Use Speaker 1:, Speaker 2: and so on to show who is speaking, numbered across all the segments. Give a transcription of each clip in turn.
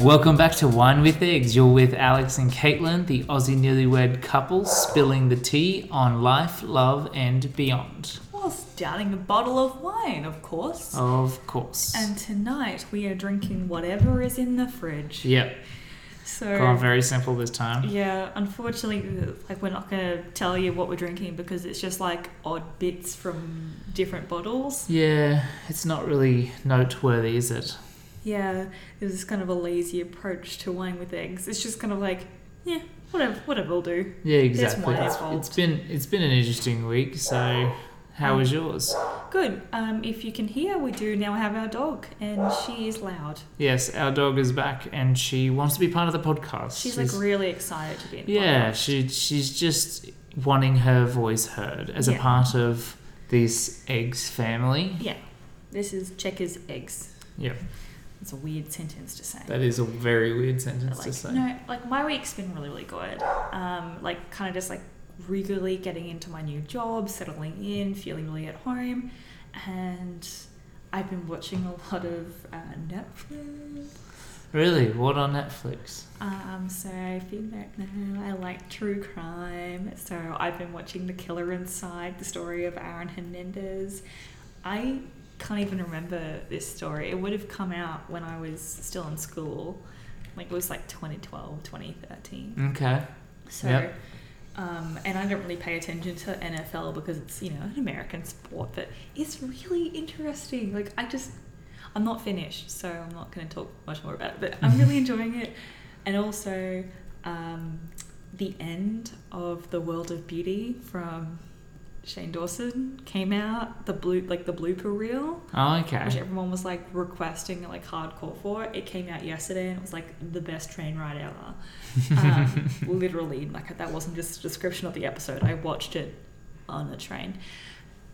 Speaker 1: Welcome back to Wine with Eggs. You're with Alex and Caitlin, the Aussie newlywed couple, spilling the tea on life, love, and beyond.
Speaker 2: Well, starting a bottle of wine, of course.
Speaker 1: Of course.
Speaker 2: And tonight we are drinking whatever is in the fridge.
Speaker 1: yep,
Speaker 2: So,
Speaker 1: gone very simple this time.
Speaker 2: yeah, unfortunately, like we're not going to tell you what we're drinking because it's just like odd bits from different bottles.
Speaker 1: Yeah, it's not really noteworthy, is it?
Speaker 2: Yeah, this is kind of a lazy approach to wine with eggs. It's just kind of like, yeah, whatever, whatever will do.
Speaker 1: Yeah,
Speaker 2: It's
Speaker 1: exactly.
Speaker 2: my
Speaker 1: It's-
Speaker 2: fault.
Speaker 1: it's been it's been an interesting week. So, how
Speaker 2: Mm.
Speaker 1: was yours?
Speaker 2: Good. Um, if you can hear, we do now have our dog, and she is loud.
Speaker 1: Yes, our dog is back, and she wants to be part of the podcast.
Speaker 2: She's, like really excited to be in the
Speaker 1: Yeah,
Speaker 2: podcast.
Speaker 1: she she's just wanting her voice heard as a
Speaker 2: Yeah.
Speaker 1: part of this eggs family.
Speaker 2: Yeah. This is Checkers Eggs.
Speaker 1: Yep,
Speaker 2: It's a weird sentence to say.
Speaker 1: that is a very weird
Speaker 2: But,
Speaker 1: sentence
Speaker 2: like,
Speaker 1: to say.
Speaker 2: No, like my week's been really, really good. Um, like kind of just like regularly getting into my new job, settling in, feeling really at home, and I've been watching a lot of uh, Netflix.
Speaker 1: Really, what on Netflix?
Speaker 2: Um, so I feel like now I like true crime. So I've been watching The Killer Inside, the story of Aaron Hernandez. I can't even remember this story. It would have come out when I was still in school. Like it was like 2012, 2013.
Speaker 1: Okay,
Speaker 2: So
Speaker 1: Yep.
Speaker 2: um, and I don't really pay attention to NFL because it's, you know, an American sport, but it's really interesting. Like I just I'm not finished, so I'm not going to talk much more about it. But I'm really enjoying it, and also um, the end of the World of Beauty from Shane Dawson came out. The blue, like the blooper reel,
Speaker 1: oh,
Speaker 2: which
Speaker 1: okay.
Speaker 2: everyone was like requesting like hardcore for. It came out yesterday, and it was like the best train ride ever. Um, literally, like that wasn't just a description of the episode. I watched it on the train.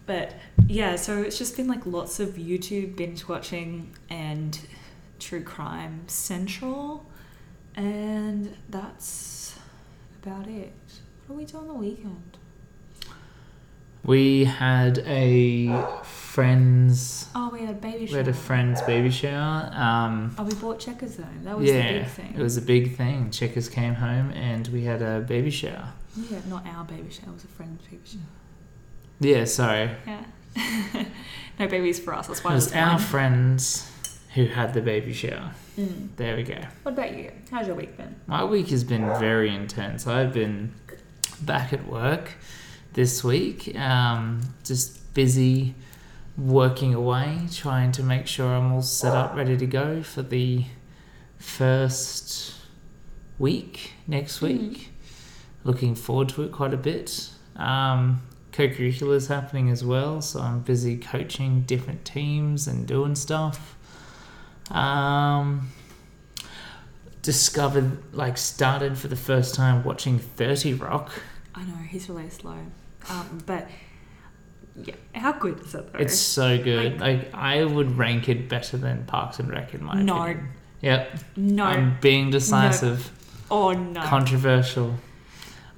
Speaker 2: But yeah, so it's just been like lots of YouTube binge watching and true crime central, and that's about it. What do we do on the weekend?
Speaker 1: We had a friends.
Speaker 2: Oh, we had a baby
Speaker 1: We
Speaker 2: shower.
Speaker 1: had a friend's baby shower. Um,
Speaker 2: Oh, we bought Checkers Zone. That was
Speaker 1: yeah,
Speaker 2: the big thing.
Speaker 1: it was a big thing. Checkers came home and we had a baby shower.
Speaker 2: Yeah, not our baby shower. It was a friend's baby shower.
Speaker 1: Yeah, sorry,
Speaker 2: Yeah. no babies for us. That's
Speaker 1: it
Speaker 2: why
Speaker 1: was
Speaker 2: it's
Speaker 1: our friends who had the baby shower.
Speaker 2: Mm.
Speaker 1: There we go.
Speaker 2: What about you? How's your week been?
Speaker 1: My week has been very intense. I've been back at work this week, um, just busy working away, trying to make sure I'm all set up, ready to go for the first week next week. Looking forward to it quite a bit. Um, Co curricular's happening as well, so I'm busy coaching different teams and doing stuff. Um, discovered like started for the first time watching 30 rock
Speaker 2: I know he's really slow, um, but yeah, how good is it though?
Speaker 1: it's so good like, i would rank it better than parks and rec in my
Speaker 2: No.
Speaker 1: opinion yep
Speaker 2: no,
Speaker 1: i'm being decisive
Speaker 2: oh no,
Speaker 1: controversial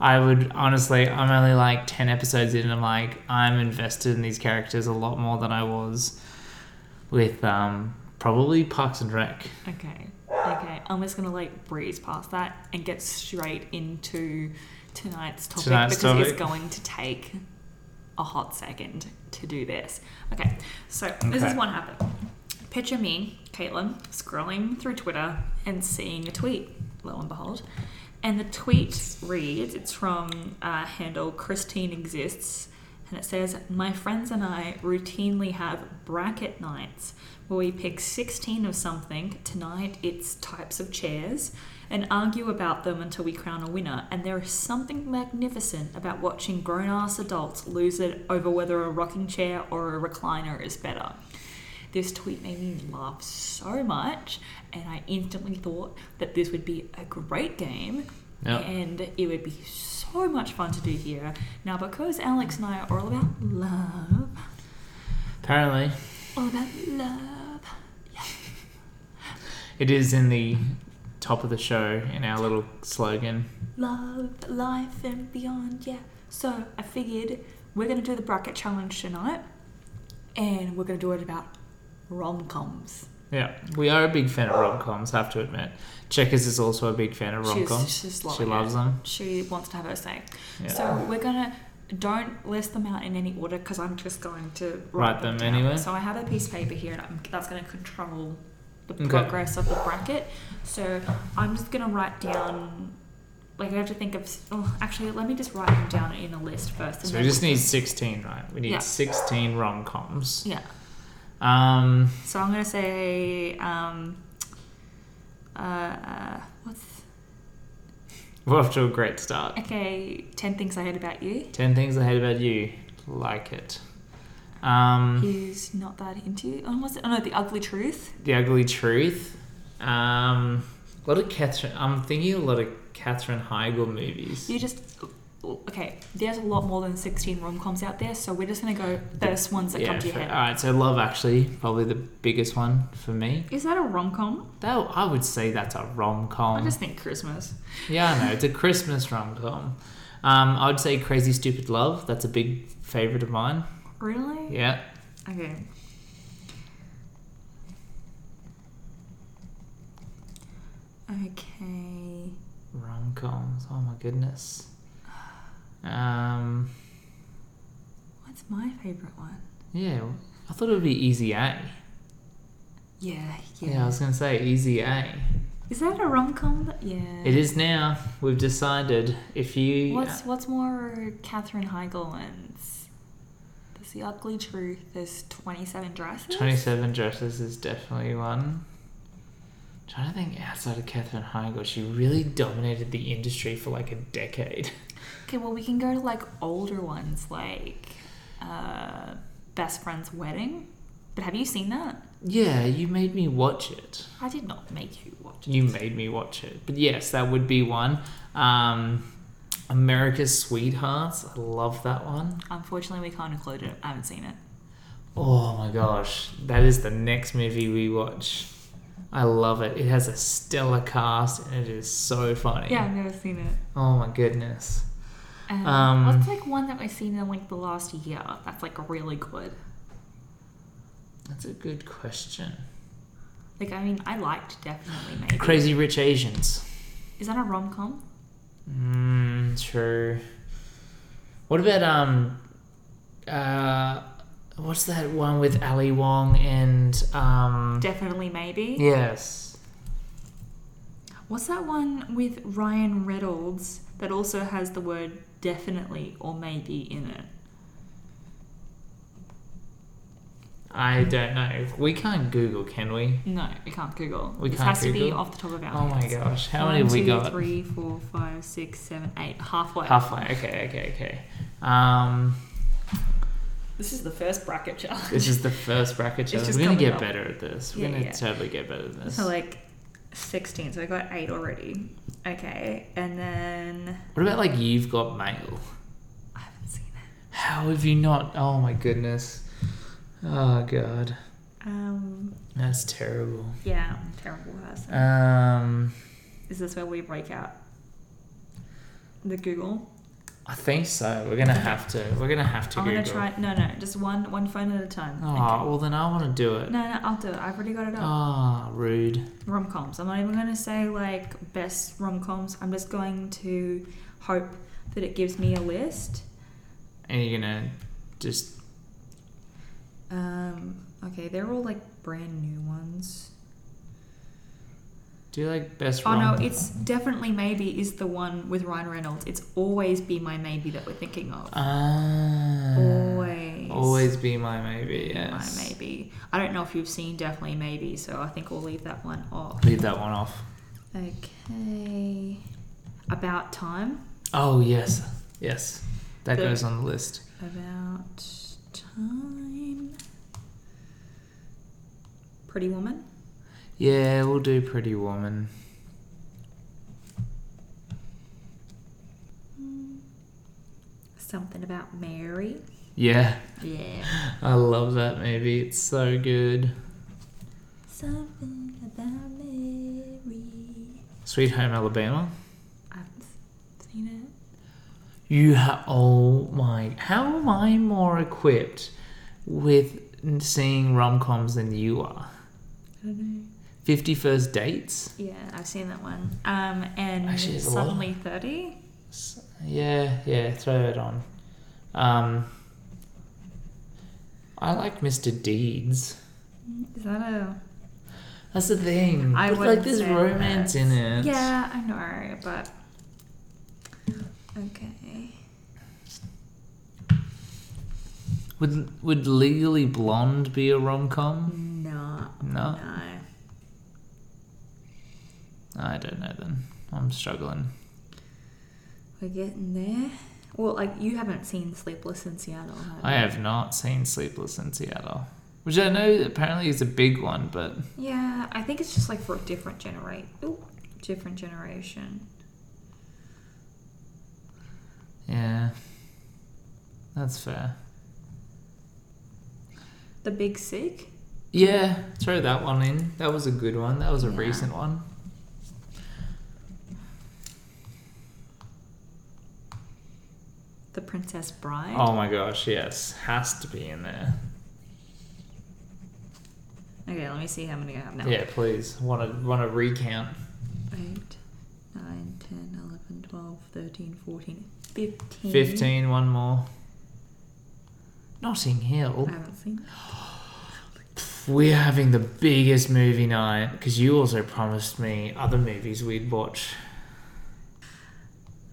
Speaker 1: i would honestly i'm only like 10 episodes in and i'm like i'm invested in these characters a lot more than i was with um probably parks and rec
Speaker 2: okay, okay. I'm just gonna like breeze past that and get straight into tonight's topic
Speaker 1: Tonight's
Speaker 2: because it's
Speaker 1: topic.
Speaker 2: going to take a hot second to do this. Okay, so this is
Speaker 1: Okay.
Speaker 2: what happened. Picture me, Caitlin, scrolling through Twitter and seeing a tweet. Lo and behold. And the tweet reads, it's from uh, handle Christine Exists, and it says, My friends and I routinely have bracket nights where we pick 16 of something. Tonight it's types of chairs and argue about them until we crown a winner. And there is something magnificent about watching grown ass adults lose it over whether a rocking chair or a recliner is better. This tweet made me laugh so much, and I instantly thought that this would be a great game
Speaker 1: yep.
Speaker 2: and it would be so much fun to do here. Now, because Alex and I are all about love,
Speaker 1: apparently
Speaker 2: all about love,
Speaker 1: it is in the top of the show in our little slogan
Speaker 2: love, life, and beyond, yeah. So, I figured we're going to do the bracket challenge tonight, and we're going to do it about rom coms.
Speaker 1: Yeah, we are a big fan of rom coms. Have to admit, Checkers is also a big fan of rom
Speaker 2: She's,
Speaker 1: coms.
Speaker 2: she's
Speaker 1: She
Speaker 2: loving
Speaker 1: loves
Speaker 2: it.
Speaker 1: them.
Speaker 2: She wants to have her say.
Speaker 1: Yeah.
Speaker 2: So we're gonna don't list them out in any order because I'm just going to
Speaker 1: Write them
Speaker 2: down.
Speaker 1: anyway.
Speaker 2: So I have a piece of paper here, and I'm, that's going to control the
Speaker 1: Okay.
Speaker 2: progress of the bracket. So I'm just going to write down. Like I have to think of. Oh, actually, let me just write them down in a list first. and
Speaker 1: so we
Speaker 2: then
Speaker 1: just
Speaker 2: can-
Speaker 1: need sixteen, right? We need
Speaker 2: Yeah.
Speaker 1: sixteen rom coms.
Speaker 2: Yeah.
Speaker 1: Um,
Speaker 2: So I'm going to say. Um, uh, uh, what's
Speaker 1: we're off to a great start.
Speaker 2: okay? Ten things I heard about you.
Speaker 1: Ten things I hate about you. Like it. Um,
Speaker 2: Who's not that into? you. Oh, was it? Oh no, the ugly truth.
Speaker 1: the ugly truth. Um, a lot of Catherine. I'm thinking a lot of Catherine Heigl movies.
Speaker 2: You just okay. There's a lot more than sixteen rom coms out there, so we're just gonna go first ones that come to your
Speaker 1: fair.
Speaker 2: head.
Speaker 1: All right, so Love Actually, probably the biggest one for me.
Speaker 2: Is that a rom com?
Speaker 1: That I would say that's a rom
Speaker 2: I
Speaker 1: com.
Speaker 2: just think Christmas.
Speaker 1: Yeah, I know it's a Christmas rom com. Um, I would say Crazy Stupid Love. That's a big favorite of mine.
Speaker 2: Really?
Speaker 1: Yeah,
Speaker 2: Okay. Okay.
Speaker 1: rom coms. Oh my goodness. Um,
Speaker 2: What's my favorite one?
Speaker 1: yeah, I thought it would be Easy A.
Speaker 2: Yeah, yeah.
Speaker 1: Yeah, I was gonna say Easy A.
Speaker 2: Is that a rom com? Yeah.
Speaker 1: It is now. We've decided. If you
Speaker 2: What's what's more Katherine Heigl ones? There's the ugly truth. There's twenty seven dresses.
Speaker 1: 27 Dresses is definitely one. trying to think outside of Catherine Heigl, she really dominated the industry for like a decade.
Speaker 2: Okay, well, we can go to like older ones, like uh, Best Friend's Wedding. But have you seen that?
Speaker 1: Yeah, you made me watch it.
Speaker 2: I did not make you watch it.
Speaker 1: You made me watch it. But yes, that would be one. Um, America's Sweethearts, I love that one.
Speaker 2: Unfortunately, we can't include it. I haven't seen it.
Speaker 1: Oh my gosh, that is the next movie we watch. I love it. It has a stellar cast and it is so funny.
Speaker 2: Yeah, I've never seen it.
Speaker 1: Oh my goodness.
Speaker 2: Um,
Speaker 1: Um,
Speaker 2: what's like one that I've seen in like the last year that's like really good?
Speaker 1: That's a good question.
Speaker 2: Like, I mean, I liked definitely maybe.
Speaker 1: Crazy Rich Asians.
Speaker 2: Is that a rom com?
Speaker 1: Mm, true. What about um, uh, what's that one with Ali Wong and um?
Speaker 2: Definitely maybe.
Speaker 1: Yes.
Speaker 2: What's that one with Ryan Reynolds that also has the word definitely or maybe in it?
Speaker 1: I don't know. We can't Google, can we?
Speaker 2: No, we can't Google.
Speaker 1: We
Speaker 2: this
Speaker 1: can't
Speaker 2: has to be
Speaker 1: Google?
Speaker 2: off the top of our
Speaker 1: Oh my
Speaker 2: heads.
Speaker 1: gosh, how
Speaker 2: One,
Speaker 1: many have we
Speaker 2: two,
Speaker 1: got?
Speaker 2: Three, four, five, six, seven, eight. Halfway.
Speaker 1: Halfway. Okay, okay, okay. Um,
Speaker 2: This is the first bracket challenge.
Speaker 1: this is the first bracket challenge.
Speaker 2: just
Speaker 1: We're gonna
Speaker 2: coming
Speaker 1: get
Speaker 2: up.
Speaker 1: better at this. We're
Speaker 2: Yeah,
Speaker 1: gonna
Speaker 2: yeah.
Speaker 1: totally get better at this.
Speaker 2: So like sixteen. So I got eight already. Okay, and then
Speaker 1: what about like you've got mail?
Speaker 2: I haven't seen it.
Speaker 1: How have you not? Oh my goodness. Oh god,
Speaker 2: Um,
Speaker 1: that's terrible.
Speaker 2: yeah, I'm a terrible person.
Speaker 1: Um,
Speaker 2: is this where we break out the Google?
Speaker 1: I think so. We're gonna have to. We're gonna have to
Speaker 2: I'm
Speaker 1: Google.
Speaker 2: gonna try. No, no, just one one phone at a time.
Speaker 1: Oh well, then I want to do it.
Speaker 2: No, no, I'll do it. I've already got it up.
Speaker 1: Ah, rude.
Speaker 2: rom coms. I'm not even going to say like best rom coms. I'm just going to hope that it gives me a list.
Speaker 1: And you're gonna just
Speaker 2: Um, okay, they're all like brand new ones.
Speaker 1: do like best.
Speaker 2: Oh no,
Speaker 1: rom-
Speaker 2: it's definitely maybe is the one with Ryan Reynolds. It's always be my maybe that we're thinking of.
Speaker 1: Ah.
Speaker 2: Always.
Speaker 1: Always be my maybe.
Speaker 2: Be my
Speaker 1: Yes.
Speaker 2: maybe. I don't know if you've seen definitely maybe, so I think we'll leave that one off.
Speaker 1: Leave that one off.
Speaker 2: Okay. About time.
Speaker 1: Oh yes, yes. That
Speaker 2: The-
Speaker 1: goes on the list.
Speaker 2: About time. Pretty Woman.
Speaker 1: Yeah, we'll do Pretty Woman.
Speaker 2: Something about Mary.
Speaker 1: Yeah,
Speaker 2: Yeah.
Speaker 1: I love that movie. It's so good.
Speaker 2: Something about Mary.
Speaker 1: Sweet Home Alabama.
Speaker 2: I haven't s- seen it.
Speaker 1: You ha oh my! How am I more equipped with seeing rom coms than you are?
Speaker 2: I
Speaker 1: Fifty First Dates.
Speaker 2: Yeah, I've seen that one. Um, and
Speaker 1: Actually, there's a lot of
Speaker 2: suddenly thirty.
Speaker 1: S- Yeah, yeah, throw it on. Um, I like Mr. Deeds.
Speaker 2: Mm, Is that a?
Speaker 1: That's the thing.
Speaker 2: I
Speaker 1: But, like
Speaker 2: wouldn't
Speaker 1: there's
Speaker 2: say
Speaker 1: romance in it.
Speaker 2: Yeah, I know, but okay.
Speaker 1: Would would Legally Blonde be a rom com?
Speaker 2: No.
Speaker 1: No,
Speaker 2: No.
Speaker 1: I don't know. Then I'm struggling.
Speaker 2: We're getting there. Well, like you haven't seen Sleepless in Seattle. Have
Speaker 1: I
Speaker 2: you?
Speaker 1: have not seen Sleepless in Seattle, which I know apparently is a big one, but
Speaker 2: Yeah, I think it's just like for a different generation. Ooh, different generation.
Speaker 1: yeah, that's fair.
Speaker 2: The Big Sick.
Speaker 1: Yeah, throw that one in. That was a good one. That was a
Speaker 2: Yeah.
Speaker 1: recent one.
Speaker 2: The Princess Bride.
Speaker 1: Oh my gosh, yes, has to be in there.
Speaker 2: Okay, let me see how many I have now.
Speaker 1: Yeah, please. Want to want to recount?
Speaker 2: 8, 9, 10, 11, 12, 13, 14, 15.
Speaker 1: Fifteen. One more. Notting
Speaker 2: I
Speaker 1: Hill.
Speaker 2: haven't seen that.
Speaker 1: We're having the biggest movie night because you also promised me other movies we'd watch.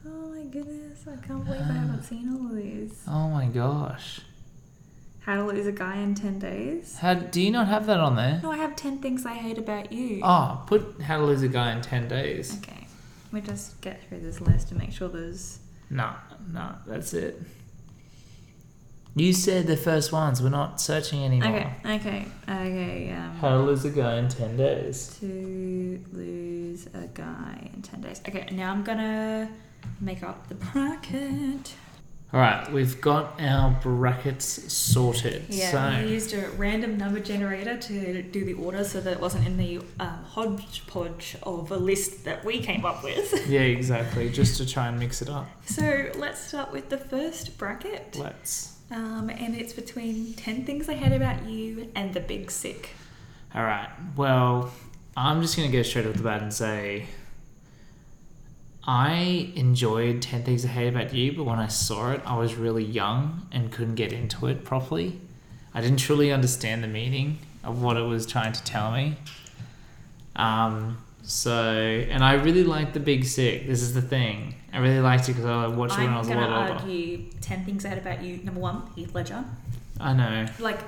Speaker 2: Oh my goodness, I can't believe I haven't seen all of these.
Speaker 1: Oh my gosh.
Speaker 2: How to Lose a Guy in 10 Days.
Speaker 1: How do you not have that on there?
Speaker 2: No, I have 10 Things I Hate About You.
Speaker 1: Oh, put How to Lose a Guy in Ten Days.
Speaker 2: Okay, we just get through this list to make sure there's.
Speaker 1: Nah, nah, that's it. You said the first ones. We're not searching anymore.
Speaker 2: Okay, okay, okay. Um,
Speaker 1: How to Lose a Guy in Ten Days.
Speaker 2: to lose a guy in 10 days. Okay, now I'm gonna make up the bracket.
Speaker 1: All right, we've got our brackets sorted.
Speaker 2: Yeah,
Speaker 1: so
Speaker 2: we used a random number generator to do the order so that it wasn't in the um, hodgepodge of a list that we came up with.
Speaker 1: yeah, exactly. Just to try and mix it up.
Speaker 2: So let's start with the first bracket,
Speaker 1: Let's.
Speaker 2: um, and it's between 10 Things I Hate About You and The Big Sick.
Speaker 1: All right. Well, I'm just gonna go straight off the bat and say. I enjoyed 10 Things I Hate About You, but when I saw it, I was really young and couldn't get into it properly. I didn't truly understand the meaning of what it was trying to tell me. Um, so, and I really liked The Big Sick. This is the thing. I really liked it because I watched it when I
Speaker 2: I'm
Speaker 1: was a
Speaker 2: gonna
Speaker 1: lot older.
Speaker 2: argue 10 Things I Hate About You, number one, Heath Ledger.
Speaker 1: I know.
Speaker 2: Like,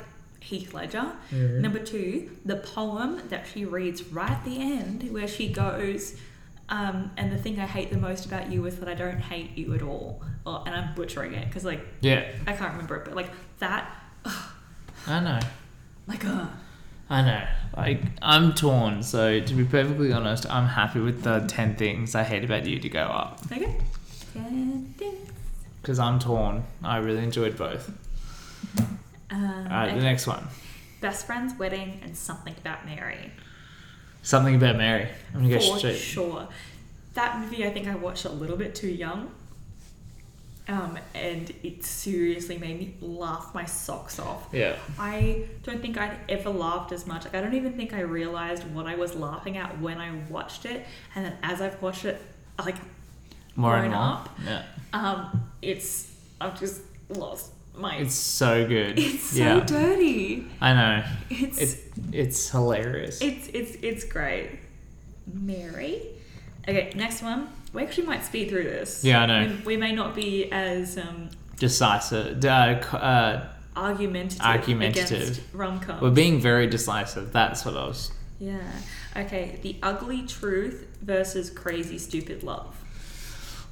Speaker 2: Heath Ledger.
Speaker 1: Mm-hmm.
Speaker 2: Number two, the poem that she reads right at the end, where she goes, um, and the thing I hate the most about you is that I don't hate you at all. Or, and I'm butchering it because, like,
Speaker 1: Yeah,
Speaker 2: I can't remember it, but like that, oh
Speaker 1: I know.
Speaker 2: like, uh,
Speaker 1: I know. Like I'm torn. So to be perfectly honest, I'm happy with the ten things I hate about you to go up
Speaker 2: okay. Ten things.
Speaker 1: because I'm torn. I really enjoyed both.
Speaker 2: Um,
Speaker 1: All right, the
Speaker 2: okay.
Speaker 1: next one.
Speaker 2: Um, Best friend's wedding and something about Mary.
Speaker 1: Something about Mary. I'm gonna go
Speaker 2: For
Speaker 1: straight.
Speaker 2: sure. That movie I think I watched a little bit too young. Um, and it seriously made me laugh my socks off.
Speaker 1: Yeah.
Speaker 2: I don't think I'd ever laughed as much. Like I don't even think I realized what I was laughing at when I watched it, and then as I've watched it, like
Speaker 1: More and
Speaker 2: Grown
Speaker 1: more.
Speaker 2: up.
Speaker 1: Yeah.
Speaker 2: um, it's I've just lost my.
Speaker 1: It's so good.
Speaker 2: It's so
Speaker 1: yeah.
Speaker 2: dirty.
Speaker 1: I know.
Speaker 2: It's
Speaker 1: It's
Speaker 2: it's,
Speaker 1: it's hilarious.
Speaker 2: it's it's great. Mary. Okay, next one. We actually might speed through this.
Speaker 1: Yeah, I know.
Speaker 2: We, we may not be as um,
Speaker 1: Decisive. Uh, c- uh,
Speaker 2: argumentative,
Speaker 1: Argumentative.
Speaker 2: against rom-coms.
Speaker 1: we're being very decisive. That's what I was.
Speaker 2: yeah. Okay, The Ugly Truth versus Crazy Stupid Love.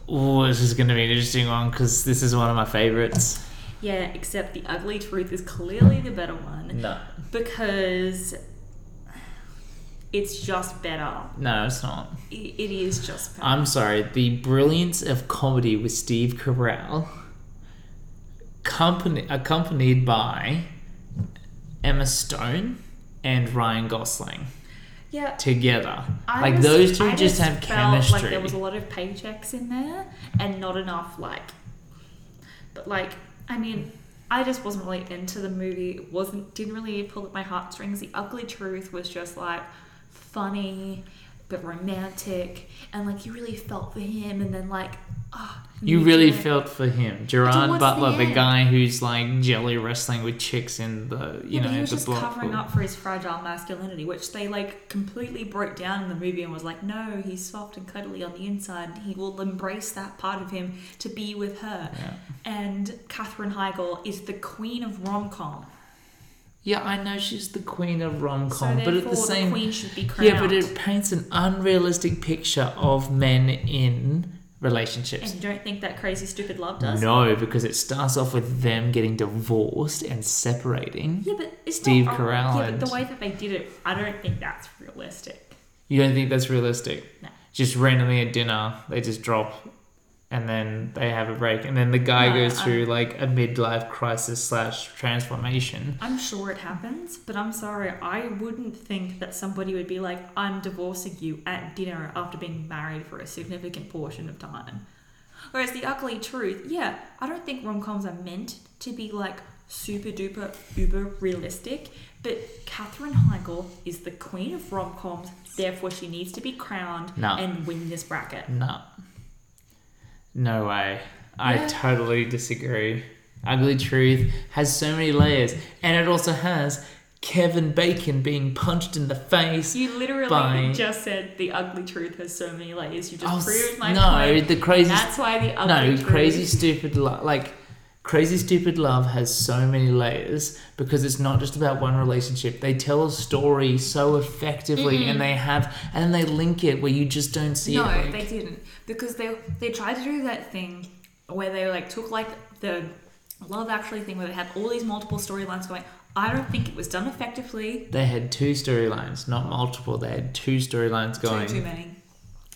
Speaker 1: Oh, this is gonna be an interesting one because this is one of my favorites.
Speaker 2: Yeah, except the ugly truth is clearly the better one
Speaker 1: No.
Speaker 2: because it's just better.
Speaker 1: No, it's not.
Speaker 2: I- It is just better.
Speaker 1: I'm sorry, the brilliance of comedy with Steve Carell, company, accompanied by Emma Stone and Ryan Gosling
Speaker 2: yeah,
Speaker 1: together.
Speaker 2: I
Speaker 1: like
Speaker 2: was-
Speaker 1: those two
Speaker 2: I
Speaker 1: just, have
Speaker 2: felt
Speaker 1: chemistry.
Speaker 2: Like there was a lot of paychecks in there and not enough like, but like I mean, I just wasn't really into the movie. It wasn't didn't really pull at my heartstrings. The Ugly Truth was just like funny but romantic, and like you really felt for him, and then like ah,
Speaker 1: You really
Speaker 2: Nugent.
Speaker 1: felt for him, Gerard
Speaker 2: Towards the
Speaker 1: Butler, the,
Speaker 2: end.
Speaker 1: guy who's like jelly wrestling with chicks in the you
Speaker 2: yeah,
Speaker 1: know
Speaker 2: but he was
Speaker 1: the
Speaker 2: just
Speaker 1: block
Speaker 2: covering
Speaker 1: pool.
Speaker 2: up for his fragile masculinity, which they like completely broke down in the movie and was like, no, he's soft and cuddly on the inside. He will embrace that part of him to be with her.
Speaker 1: Yeah.
Speaker 2: And Katherine Heigl is the queen of rom com.
Speaker 1: Yeah, I know she's the queen of rom
Speaker 2: So
Speaker 1: com,
Speaker 2: therefore,
Speaker 1: but at the same
Speaker 2: queen should be crowned.
Speaker 1: yeah, but it paints an unrealistic picture of men in
Speaker 2: and
Speaker 1: relationships.
Speaker 2: you don't think that crazy stupid love does?
Speaker 1: No, because it starts off with them getting divorced and separating.
Speaker 2: Yeah, but it's
Speaker 1: Steve
Speaker 2: not.
Speaker 1: Carell
Speaker 2: Yeah, but
Speaker 1: and-
Speaker 2: the way that they did it, I don't think that's realistic.
Speaker 1: You don't think that's realistic?
Speaker 2: No.
Speaker 1: Just randomly at dinner, they just drop and then they have a break. And then the guy
Speaker 2: No,
Speaker 1: goes through like a midlife crisis slash transformation.
Speaker 2: I'm sure it happens, but I'm sorry, I wouldn't think that somebody would be like, I'm divorcing you at dinner after being married for a significant portion of time. Whereas the ugly truth, yeah, I don't think rom coms are meant to be like super duper uber realistic, but Katherine Heigl is the queen of rom coms, therefore she needs to be crowned
Speaker 1: No.
Speaker 2: and win this bracket.
Speaker 1: No. No way. I
Speaker 2: Yeah.
Speaker 1: totally disagree. Ugly Truth has so many layers, and it also has Kevin Bacon being punched in the face.
Speaker 2: You literally
Speaker 1: By-
Speaker 2: just said the ugly truth has so many layers. You
Speaker 1: Oh,
Speaker 2: just
Speaker 1: s-
Speaker 2: proved my
Speaker 1: no,
Speaker 2: point.
Speaker 1: the crazy.
Speaker 2: That's why the ugly
Speaker 1: No,
Speaker 2: truth.
Speaker 1: crazy stupid love. Like, crazy stupid love has so many layers because it's not just about one relationship. They tell a story so effectively, and they have, and then they link it where you just don't see
Speaker 2: No,
Speaker 1: it. like-
Speaker 2: they didn't because they they tried to do that thing where they like took like the Love Actually thing where they had all these multiple storylines going. I don't think it was done effectively.
Speaker 1: they had two storylines, not multiple. They had two storylines going.
Speaker 2: Too, too many,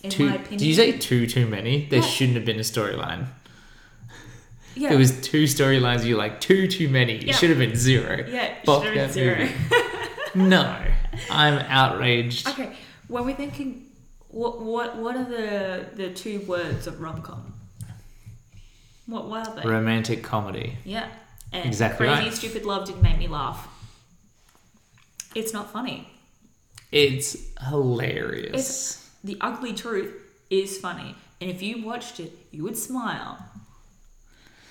Speaker 2: in
Speaker 1: Two,
Speaker 2: my opinion.
Speaker 1: do you say two too many? There
Speaker 2: Yeah.
Speaker 1: shouldn't have been a storyline.
Speaker 2: yeah?
Speaker 1: There was two storylines. You like two too many. It
Speaker 2: Yeah.
Speaker 1: should have been zero.
Speaker 2: yeah, it
Speaker 1: Fuck
Speaker 2: should have been
Speaker 1: that
Speaker 2: zero.
Speaker 1: movie. No, I'm outraged.
Speaker 2: okay, when we're thinking, what what what are the the two words of rom com? What were they?
Speaker 1: Romantic comedy.
Speaker 2: Yeah. And
Speaker 1: Exactly
Speaker 2: crazy
Speaker 1: right.
Speaker 2: stupid love didn't make me laugh. It's not funny.
Speaker 1: It's hilarious.
Speaker 2: The ugly truth is funny. And if you watched it, you would smile.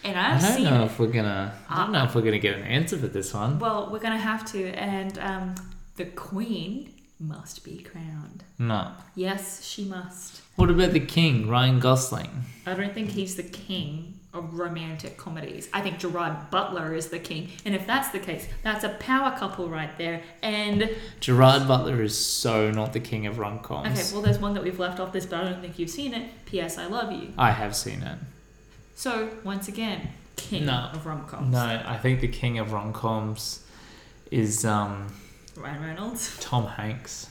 Speaker 2: And I've
Speaker 1: I don't
Speaker 2: seen
Speaker 1: know
Speaker 2: it.
Speaker 1: if we're gonna. I don't know if we're gonna get an answer for this one.
Speaker 2: Well, we're gonna have to, and um, the queen must be crowned.
Speaker 1: No.
Speaker 2: Yes, she must.
Speaker 1: What about the king, Ryan Gosling?
Speaker 2: I don't think he's the king of romantic comedies. I think Gerard Butler is the king. And if that's the case, that's a power couple right there. And
Speaker 1: Gerard Butler is so not the king of rom
Speaker 2: Okay,
Speaker 1: coms.
Speaker 2: well, there's one that we've left off this, but I don't think you've seen it. P.S. I love you.
Speaker 1: I have seen it.
Speaker 2: So, once again, king
Speaker 1: No.
Speaker 2: of rom coms.
Speaker 1: No, I think the king of rom coms is um,
Speaker 2: Ryan Reynolds.
Speaker 1: Tom Hanks.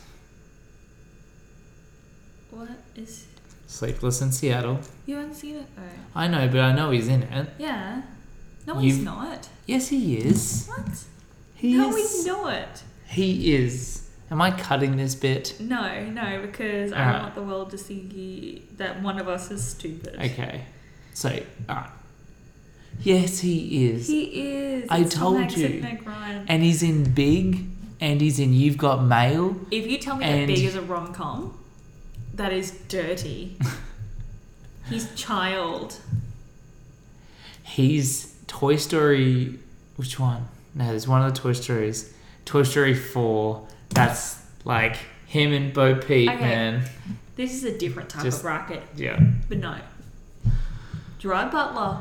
Speaker 2: What is.
Speaker 1: Sleepless in Seattle.
Speaker 2: You haven't seen it though?
Speaker 1: I know, but I know he's in it.
Speaker 2: Yeah. No,
Speaker 1: You've-
Speaker 2: he's not.
Speaker 1: Yes, he is.
Speaker 2: What?
Speaker 1: He
Speaker 2: no,
Speaker 1: is.
Speaker 2: he's not.
Speaker 1: He is. Am I cutting this bit?
Speaker 2: No, no, because I
Speaker 1: Alright.
Speaker 2: want the world to see that one of us is stupid.
Speaker 1: Okay. So, alright. Yes, he is.
Speaker 2: He is.
Speaker 1: I
Speaker 2: It's Tom
Speaker 1: told
Speaker 2: Hanks
Speaker 1: you.
Speaker 2: and Meg Ryan.
Speaker 1: and he's in Big, and he's in You've Got Mail.
Speaker 2: If you tell me
Speaker 1: And-
Speaker 2: that Big is a rom com, that is dirty. he's child.
Speaker 1: He's Toy Story. Which one? No, there's one of the Toy Stories. Toy Story 4. That's like him and Bo Peep,
Speaker 2: Okay.
Speaker 1: man.
Speaker 2: This is a different type
Speaker 1: Just-
Speaker 2: of racket,
Speaker 1: Yeah.
Speaker 2: but no. Gerard Butler,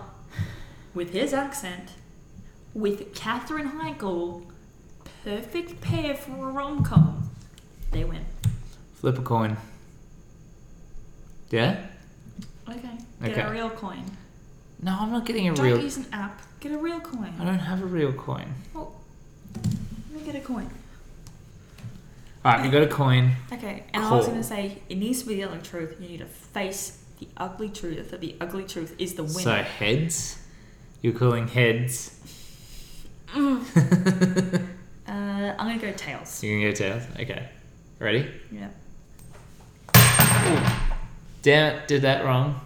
Speaker 2: with his accent, with Katherine Heigl, perfect pair for a rom com. They win.
Speaker 1: Flip a coin. Yeah?
Speaker 2: Okay. Get
Speaker 1: Okay.
Speaker 2: a real coin.
Speaker 1: No, I'm not getting a
Speaker 2: Don't
Speaker 1: real.
Speaker 2: use an app. Get a real
Speaker 1: I
Speaker 2: coin.
Speaker 1: don't have a real coin.
Speaker 2: Well, let me get a coin.
Speaker 1: All right, we got a coin.
Speaker 2: Okay. And I was
Speaker 1: Cool.
Speaker 2: gonna say it needs to be the ugly truth. You need to face the ugly truth. That the ugly truth is the
Speaker 1: So
Speaker 2: winner.
Speaker 1: heads, you're calling heads.
Speaker 2: Uh, I'm gonna go tails.
Speaker 1: So you can go tails. Okay, ready?
Speaker 2: Yeah.
Speaker 1: Damn it, did that wrong.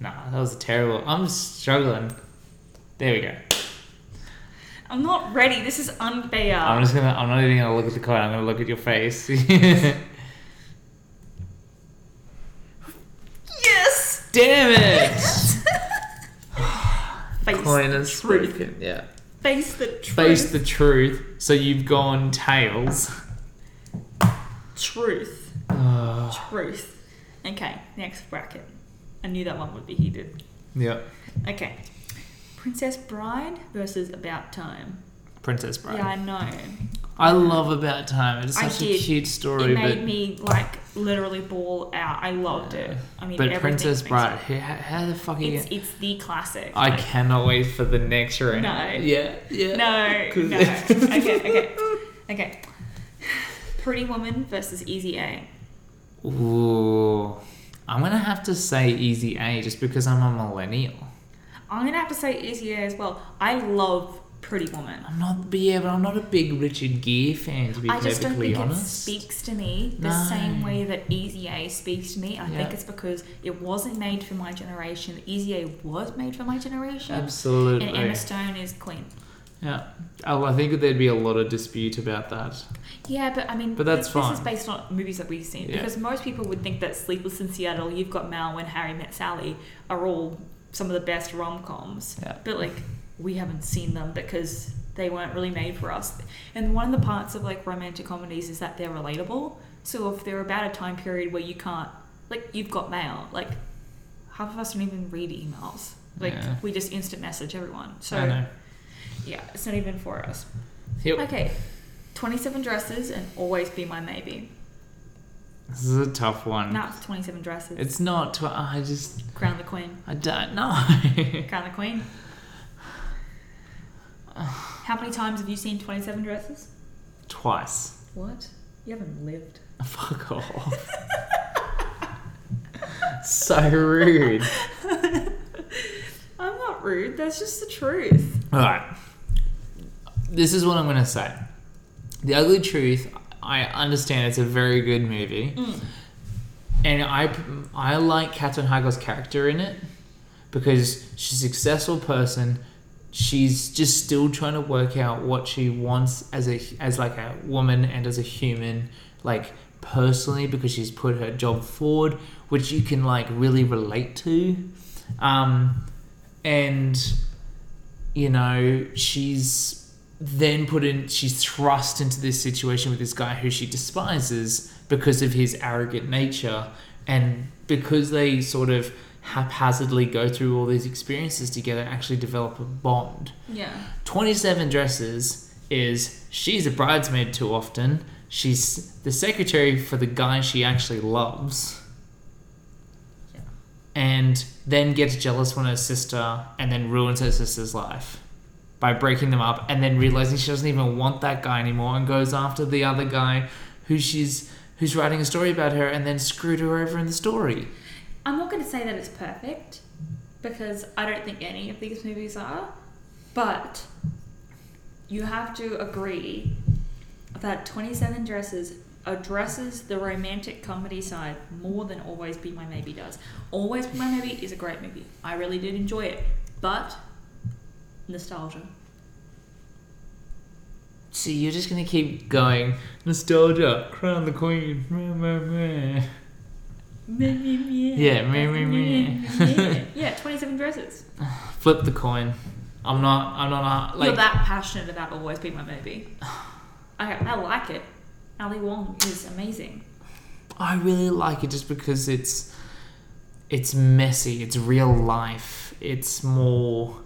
Speaker 1: Nah, that was terrible. I'm struggling. There we go.
Speaker 2: I'm not ready. This is unfair.
Speaker 1: I'm just gonna. I'm not even gonna look at the coin. I'm gonna look at your face.
Speaker 2: yes.
Speaker 1: Damn it!
Speaker 2: Face
Speaker 1: coin
Speaker 2: the
Speaker 1: is
Speaker 2: truth.
Speaker 1: broken. Yeah.
Speaker 2: Face the truth.
Speaker 1: Face the truth. So you've gone tails.
Speaker 2: truth.
Speaker 1: Oh,
Speaker 2: Truth. Okay. Next bracket. I knew that one would be heated.
Speaker 1: yeah.
Speaker 2: Okay. Princess Bride versus About Time.
Speaker 1: Princess Bride.
Speaker 2: Yeah, I know.
Speaker 1: I love About Time. It's
Speaker 2: I
Speaker 1: such a
Speaker 2: did.
Speaker 1: cute story,
Speaker 2: it made
Speaker 1: but
Speaker 2: me like literally ball out. I loved it. I mean,
Speaker 1: but
Speaker 2: everything
Speaker 1: Princess
Speaker 2: makes
Speaker 1: Bride. How, how the fuck are
Speaker 2: it-
Speaker 1: you?
Speaker 2: It's, it's the classic.
Speaker 1: I
Speaker 2: Like,
Speaker 1: cannot wait for the next round.
Speaker 2: No.
Speaker 1: Yeah. Yeah.
Speaker 2: No,
Speaker 1: 'Cause-
Speaker 2: no. okay, okay, okay. Pretty Woman versus Easy A.
Speaker 1: Ooh. I'm gonna have to say Easy A just because I'm a millennial.
Speaker 2: I'm gonna have to say Easy A as well. I love Pretty Woman.
Speaker 1: I'm not, but yeah, but I'm not a big Richard Gere fan to be
Speaker 2: I just don't
Speaker 1: perfectly
Speaker 2: think it
Speaker 1: honest.
Speaker 2: speaks to me the
Speaker 1: No.
Speaker 2: same way that Easy A speaks to me. I
Speaker 1: Yeah.
Speaker 2: think it's because it wasn't made for my generation. Easy A was made for my generation.
Speaker 1: Absolutely.
Speaker 2: And Emma Stone is queen.
Speaker 1: Yeah. Oh, I think there'd be a lot of dispute about that.
Speaker 2: Yeah, but I mean,
Speaker 1: But that's
Speaker 2: this,
Speaker 1: fine.
Speaker 2: this is based on movies that we've seen
Speaker 1: Yeah.
Speaker 2: because most people would think that Sleepless in Seattle, You've Got Mal, and Harry Met Sally are all some of the best rom coms.
Speaker 1: Yeah.
Speaker 2: But like, we haven't seen them because they weren't really made for us. And one of the parts of like romantic comedies is that they're relatable. So if they're about a time period where you can't, like, you've got mail, like, half of us don't even read emails. Like,
Speaker 1: Yeah.
Speaker 2: we just instant message everyone.
Speaker 1: I
Speaker 2: So
Speaker 1: know.
Speaker 2: yeah, it's not even for us.
Speaker 1: Yep.
Speaker 2: Okay, 27 dresses and always be my maybe.
Speaker 1: This is a tough one.
Speaker 2: Not 27 dresses.
Speaker 1: It's not. tw- I just.
Speaker 2: Crown the Queen.
Speaker 1: I don't know.
Speaker 2: Crown the Queen. How many times have you seen 27 dresses?
Speaker 1: Twice.
Speaker 2: What? You haven't lived.
Speaker 1: Fuck off. so rude.
Speaker 2: I'm not rude, that's just the truth.
Speaker 1: All right. This is what I'm going to say. The Ugly Truth, I understand it's a very good movie. And I, I like Katrin Hagel's character in it because she's a successful person. She's just still trying to work out what she wants as a as like a woman and as a human, like personally, because she's put her job forward, which you can like really relate to. Um, and you know, she's then put in, she's thrust into this situation with this guy who she despises because of his arrogant nature. And because they sort of haphazardly go through all these experiences together, actually develop a bond.
Speaker 2: Yeah.
Speaker 1: 27 dresses is she's a bridesmaid too often. She's the secretary for the guy she actually loves.
Speaker 2: Yeah.
Speaker 1: And then gets jealous when her sister and then ruins her sister's life by breaking them up and then realizing she doesn't even want that guy anymore and goes after the other guy who she's who's writing a story about her and then screwed her over in the story.
Speaker 2: I'm not going to say that it's perfect because I don't think any of these movies are, but you have to agree that 27 Dresses addresses the romantic comedy side more than Always Be My Maybe does. Always Be My Maybe is a great movie. I really did enjoy it, but nostalgia.
Speaker 1: So you're just gonna keep going nostalgia, crown the queen, meh, meh, meh. Yeah,
Speaker 2: Yeah,
Speaker 1: meh, meh, meh.
Speaker 2: yeah, 27 Dresses.
Speaker 1: flip the coin. I'm not. I'm not. A,
Speaker 2: You're
Speaker 1: like
Speaker 2: that passionate about Always Be My Maybe. I, I like it. Ali Wong is amazing.
Speaker 1: I really like it just because it's it's messy. It's real life. It's more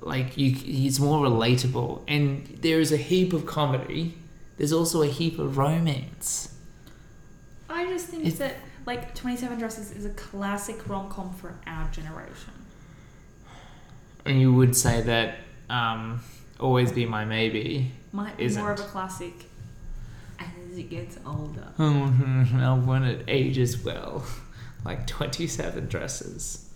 Speaker 1: like you. It's more relatable. And there is a heap of comedy. There's also a heap of romance.
Speaker 2: I just think
Speaker 1: It's-
Speaker 2: that like 27 Dresses is a classic rom com for our generation.
Speaker 1: And you would say that um, always be my maybe.
Speaker 2: Might be more of
Speaker 1: Isn't.
Speaker 2: a classic as it gets older.
Speaker 1: I want it ages well, like twenty-seven dresses.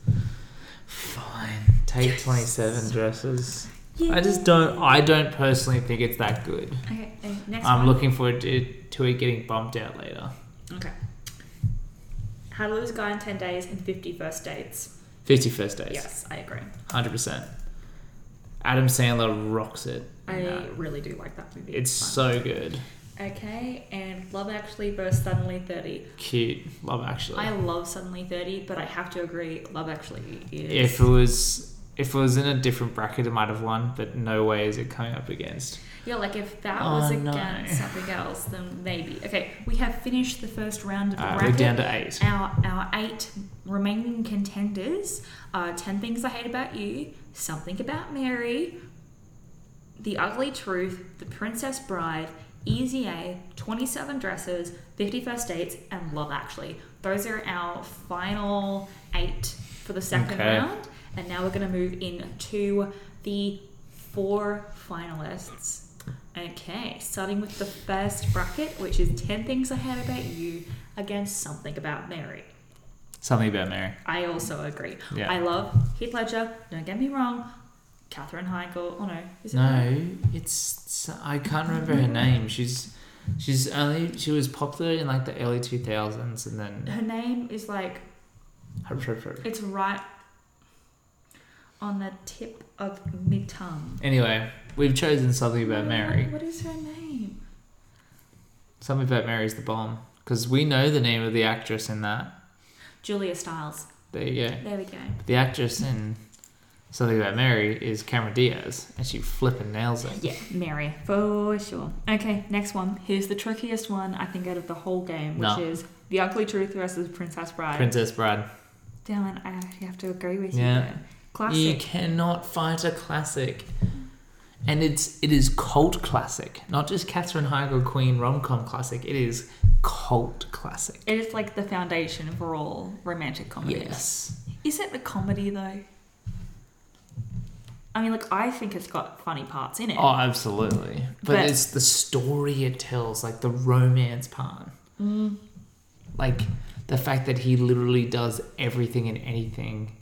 Speaker 1: Fine, take
Speaker 2: Yes.
Speaker 1: twenty-seven dresses. I just don't. I don't personally think it's that good.
Speaker 2: Okay, uh, next
Speaker 1: I'm
Speaker 2: one.
Speaker 1: looking forward to, to it getting bumped out later.
Speaker 2: Okay. How to Lose a Guy in 10 Days and 50 First Dates.
Speaker 1: Fifty first days,
Speaker 2: Yes, I agree.
Speaker 1: hundred percent. Adam Sandler rocks it.
Speaker 2: I
Speaker 1: in that.
Speaker 2: really do like that movie.
Speaker 1: It's
Speaker 2: fun.
Speaker 1: so good.
Speaker 2: Okay, and Love Actually versus Suddenly 30.
Speaker 1: Cute. Love Actually.
Speaker 2: I love Suddenly 30, but I have to agree, Love Actually is.
Speaker 1: if it was if it was in a different bracket, it might have won, but no way is it coming up against.
Speaker 2: Yeah, like if that
Speaker 1: Oh,
Speaker 2: was
Speaker 1: no.
Speaker 2: against something else, then maybe. Okay, we have finished the first round of the
Speaker 1: Uh, we're
Speaker 2: bracket.
Speaker 1: down to eight.
Speaker 2: Our, our eight remaining contenders are 10 Things I Hate About You, Something About Mary, The Ugly Truth, The Princess Bride, Easy A, 27 Dresses, 50 First Dates, and Love Actually. Those are our final eight for the second
Speaker 1: Okay.
Speaker 2: round. And now we're going to move into the four finalists. Okay, starting with the first bracket, which is 10 Things I Hate About You against Something About Mary.
Speaker 1: Something about Mary.
Speaker 2: I also agree.
Speaker 1: Yeah.
Speaker 2: I love Heath Ledger, don't get me wrong. Catherine Heigl, oh no, is it her?
Speaker 1: No, it's, it's- I can't remember her name. She's she's only she was popular in like the early two thousands, and then
Speaker 2: Her name is like it's right on the tip of my tongue.
Speaker 1: anyway, we've chosen something about Mary.
Speaker 2: What is her name?
Speaker 1: Something about Mary's the bomb because we know the name of the actress in that.
Speaker 2: Julia Stiles.
Speaker 1: There you go.
Speaker 2: There we go.
Speaker 1: The actress in Something About Mary is Cameron Diaz, and she flipping nails it.
Speaker 2: Yeah, Mary, for sure. Okay, next one. Here's the trickiest one, I think, out of the whole game, which
Speaker 1: No.
Speaker 2: is The Ugly Truth versus Princess Bride.
Speaker 1: Princess Bride.
Speaker 2: Dylan, I actually have to agree with you.
Speaker 1: Yeah.
Speaker 2: there. Classic.
Speaker 1: You cannot fight a classic. And it's it is cult classic, not just Catherine Heigl Queen rom com classic. It is cult classic.
Speaker 2: It is like the foundation for all romantic comedies.
Speaker 1: Yes.
Speaker 2: Is it a comedy, though? I mean, like, I think it's got funny parts in it.
Speaker 1: Oh, absolutely. But,
Speaker 2: But-
Speaker 1: it's the story it tells, like the romance part,
Speaker 2: Mm.
Speaker 1: like the fact that he literally does everything and anything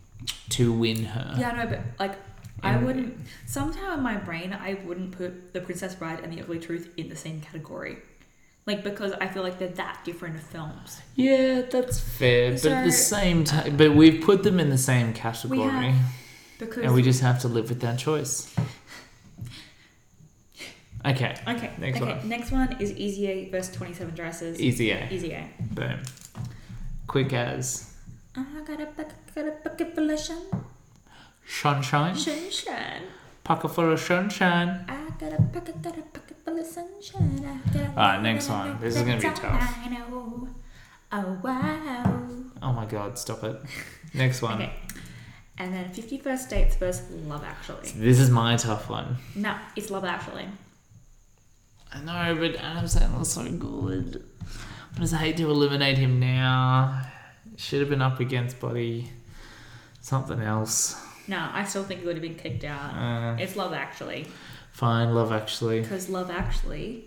Speaker 1: to win her.
Speaker 2: Yeah, no, but like I
Speaker 1: And-
Speaker 2: wouldn't. Somehow in my brain, I wouldn't put The Princess Bride and The Ugly Truth in the same category, like because I feel like they're that different films.
Speaker 1: Yeah, that's fair. but at the
Speaker 2: So-
Speaker 1: same time, but we've put them in the same category,
Speaker 2: Because
Speaker 1: and we just have to live with that choice. Okay,
Speaker 2: okay,
Speaker 1: Next
Speaker 2: okay,
Speaker 1: one.
Speaker 2: next one is Easy A versus Twenty Seven Dresses.
Speaker 1: easy A,
Speaker 2: Easy A.
Speaker 1: boom, quick as
Speaker 2: I got a bucket, got a bucket full of sun,
Speaker 1: sunshine,
Speaker 2: sunshine.
Speaker 1: pocket full of sunshine.
Speaker 2: I got a bucket, got a bucket full of sunshine. I got a-
Speaker 1: Alright, next one. This is gonna be tough.
Speaker 2: I know. Oh wow.
Speaker 1: Oh my god, stop it. Next one.
Speaker 2: Okay. And then 51st Dates versus Love Actually.
Speaker 1: This is my tough one.
Speaker 2: No, it's Love Actually.
Speaker 1: I know, but Adam Sandler's so good. I just hate to eliminate him now. Should have been up against Buddy. Something else.
Speaker 2: No, I still think it would have been kicked out.
Speaker 1: Uh,
Speaker 2: It's Love Actually.
Speaker 1: Fine, Love Actually.
Speaker 2: Because Love Actually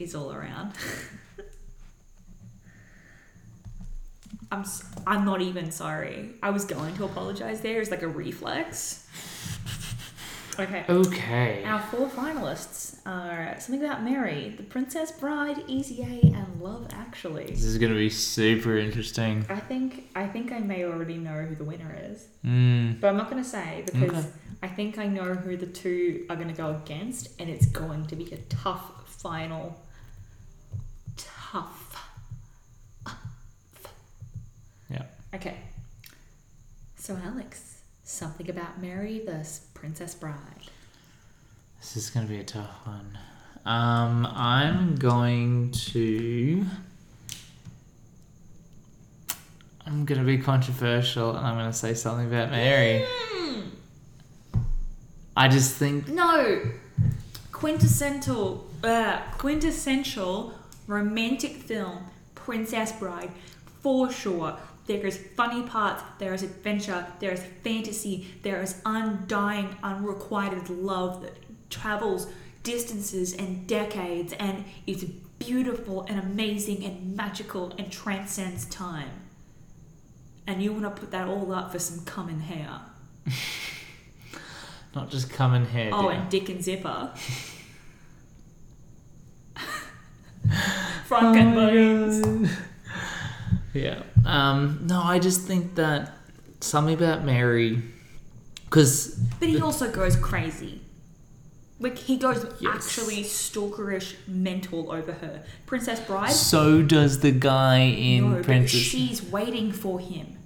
Speaker 2: is all around. I'm, s- I'm not even sorry. I was going to apologize there as like a reflex. Okay.
Speaker 1: Okay.
Speaker 2: Our four finalists are Something About Mary, The Princess Bride, Easy A, and Love Actually.
Speaker 1: This is going to be super interesting.
Speaker 2: I think I think I may already know who the winner is,
Speaker 1: Mm.
Speaker 2: but I'm not going to say because
Speaker 1: Okay.
Speaker 2: I think I know who the two are going to go against, and it's going to be a tough final. Tough.
Speaker 1: Yeah.
Speaker 2: Okay. So Alex, something about Mary versus Princess Bride.
Speaker 1: This is going to be a tough one. Um, I'm going to. I'm going to be controversial and I'm going to say something about Mary.
Speaker 2: Hmm.
Speaker 1: I just think.
Speaker 2: No. Quintessential, uh, quintessential romantic film, Princess Bride, for sure. There is funny parts, there is adventure, there is fantasy, there is undying, unrequited love that travels distances and decades and is beautiful and amazing and magical and transcends time. And you want to put that all up for some common hair.
Speaker 1: Not just coming here.
Speaker 2: Oh,
Speaker 1: dear.
Speaker 2: and Dick and Zipper. Frank and Bones.
Speaker 1: Oh my God. yeah. Um, no, I just think that something about Mary Because
Speaker 2: But he also goes crazy. Like he goes
Speaker 1: Yes.
Speaker 2: actually stalkerish, mental over her. Princess Bride.
Speaker 1: so does the guy in
Speaker 2: no, but
Speaker 1: Princess.
Speaker 2: she's waiting for him.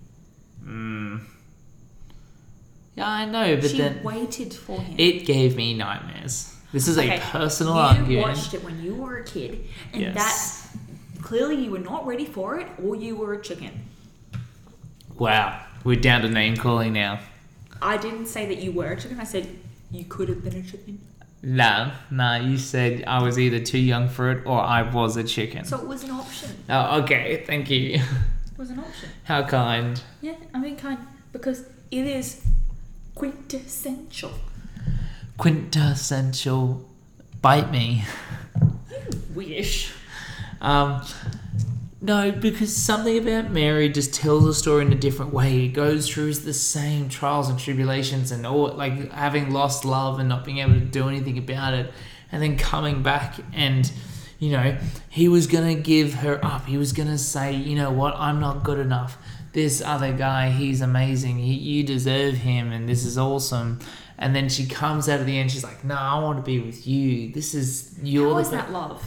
Speaker 1: yeah, I know, but
Speaker 2: she
Speaker 1: then
Speaker 2: waited for him.
Speaker 1: it gave me nightmares. This is
Speaker 2: Okay,
Speaker 1: a personal
Speaker 2: you
Speaker 1: argument.
Speaker 2: watched it when you were a kid, and
Speaker 1: yes.
Speaker 2: that clearly you were not ready for it, or you were a chicken.
Speaker 1: Wow, we're down to name calling now.
Speaker 2: I didn't say that you were a chicken. I said you could have been a chicken.
Speaker 1: No, no, you said I was either too young for it or I was a chicken.
Speaker 2: So it was an option.
Speaker 1: oh, okay, thank you.
Speaker 2: It was an option.
Speaker 1: How kind.
Speaker 2: Yeah, I mean, kind because it is quintessential.
Speaker 1: Quintessential bite me.
Speaker 2: Wish.
Speaker 1: Um, no, because something about Mary just tells the story in a different way. It goes through the same trials and tribulations and all, like having lost love and not being able to do anything about it, and then coming back and. You know, he was gonna give her up. He was gonna say, you know what, I'm not good enough. This other guy, he's amazing. He, you deserve him, and this is awesome. And then she comes out of the end. She's like, no, I want to be with you. This is your.
Speaker 2: How is that love?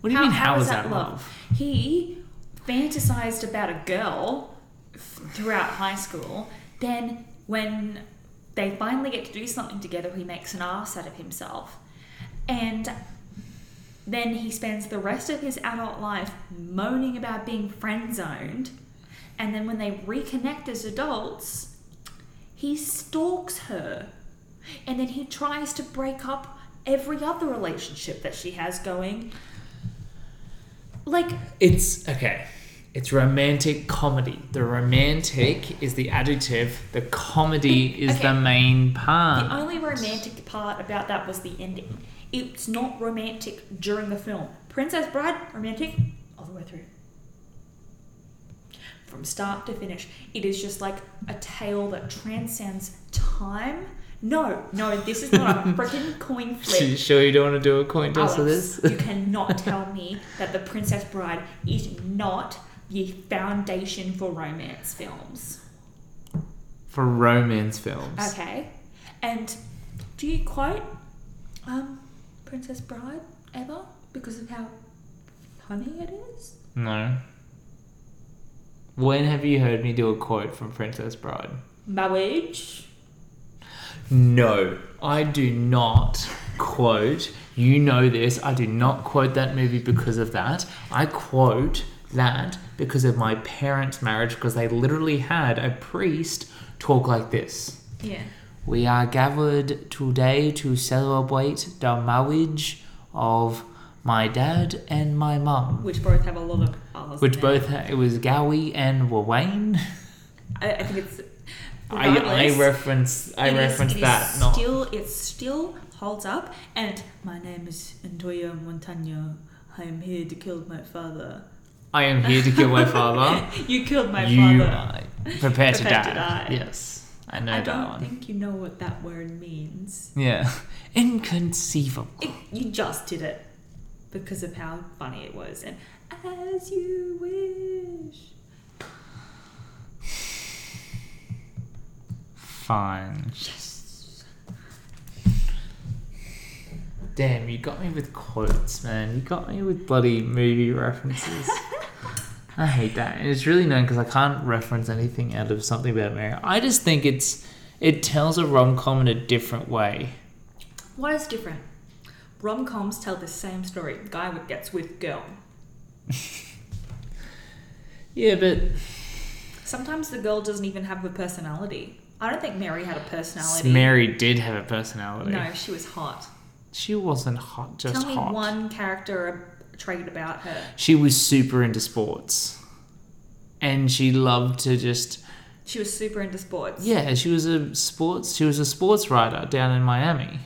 Speaker 1: What do you mean? how is that love?
Speaker 2: He fantasized about a girl f- throughout high school. Then, when they finally get to do something together, he makes an ass out of himself. And then he spends the rest of his adult life moaning about being friend zoned. And then, when they reconnect as adults, he stalks her. And then he tries to break up every other relationship that she has going. Like,
Speaker 1: It's okay. It's romantic comedy. The romantic is the adjective. The comedy is
Speaker 2: Okay.
Speaker 1: the main
Speaker 2: The
Speaker 1: part.
Speaker 2: only romantic part about that was the ending. It's not romantic during the film. Princess Bride, romantic all the way through. From start to finish, it is just like a tale that transcends time. No, no, this is not a freaking coin
Speaker 1: Sh-
Speaker 2: flip.
Speaker 1: sure, you don't want to do a coin toss of
Speaker 2: Alex,
Speaker 1: this?
Speaker 2: you cannot tell me that The Princess Bride is not the foundation for romance films.
Speaker 1: For romance films.
Speaker 2: Okay. And do you quote um, Princess Bride ever because of how funny it is?
Speaker 1: No. When have you heard me do a quote from Princess Bride?
Speaker 2: Marriage.
Speaker 1: No, I do not quote. You know this. I do not quote that movie because of that. I quote that because of my parents' marriage because they literally had a priest talk like this.
Speaker 2: Yeah.
Speaker 1: We are gathered today to celebrate the marriage of my dad and my mum.
Speaker 2: Which both have a lot of R's. in
Speaker 1: Which
Speaker 2: them.
Speaker 1: both, it was Gowie and Wayne.
Speaker 2: I, I think it's.
Speaker 1: I, I
Speaker 2: regardless,
Speaker 1: reference, I
Speaker 2: it is-
Speaker 1: reference
Speaker 2: it is
Speaker 1: that, not
Speaker 2: Still, it still holds up. And my name is Antoya Montano. I am here to kill my father.
Speaker 1: I am here to kill my father.
Speaker 2: you killed my
Speaker 1: you
Speaker 2: father.
Speaker 1: are prepared to,
Speaker 2: Prepare
Speaker 1: die.
Speaker 2: to die.
Speaker 1: Yes, I know
Speaker 2: I
Speaker 1: that
Speaker 2: don't
Speaker 1: one.
Speaker 2: think you know what that word means.
Speaker 1: Yeah, inconceivable.
Speaker 2: It, you just did it because of how funny it was. And as you wish.
Speaker 1: Fine. Damn, you got me with quotes, man. You got me with bloody movie references. I hate that, and it's really known because I can't reference anything out of something about Mary. I just think it's it tells a rom com in a different way.
Speaker 2: What is different? Rom coms tell the same story guy with- gets with girl.
Speaker 1: Yeah, but
Speaker 2: Sometimes the girl doesn't even have a personality. I don't think Mary had a personality.
Speaker 1: Mary did have a personality.
Speaker 2: no, she was hot.
Speaker 1: She wasn't hot, just
Speaker 2: Tell me
Speaker 1: hot.
Speaker 2: one character trait about her.
Speaker 1: She was super into sports. And she loved to just
Speaker 2: She was super into sports.
Speaker 1: yeah, she was a sports she was a sports writer down in Miami.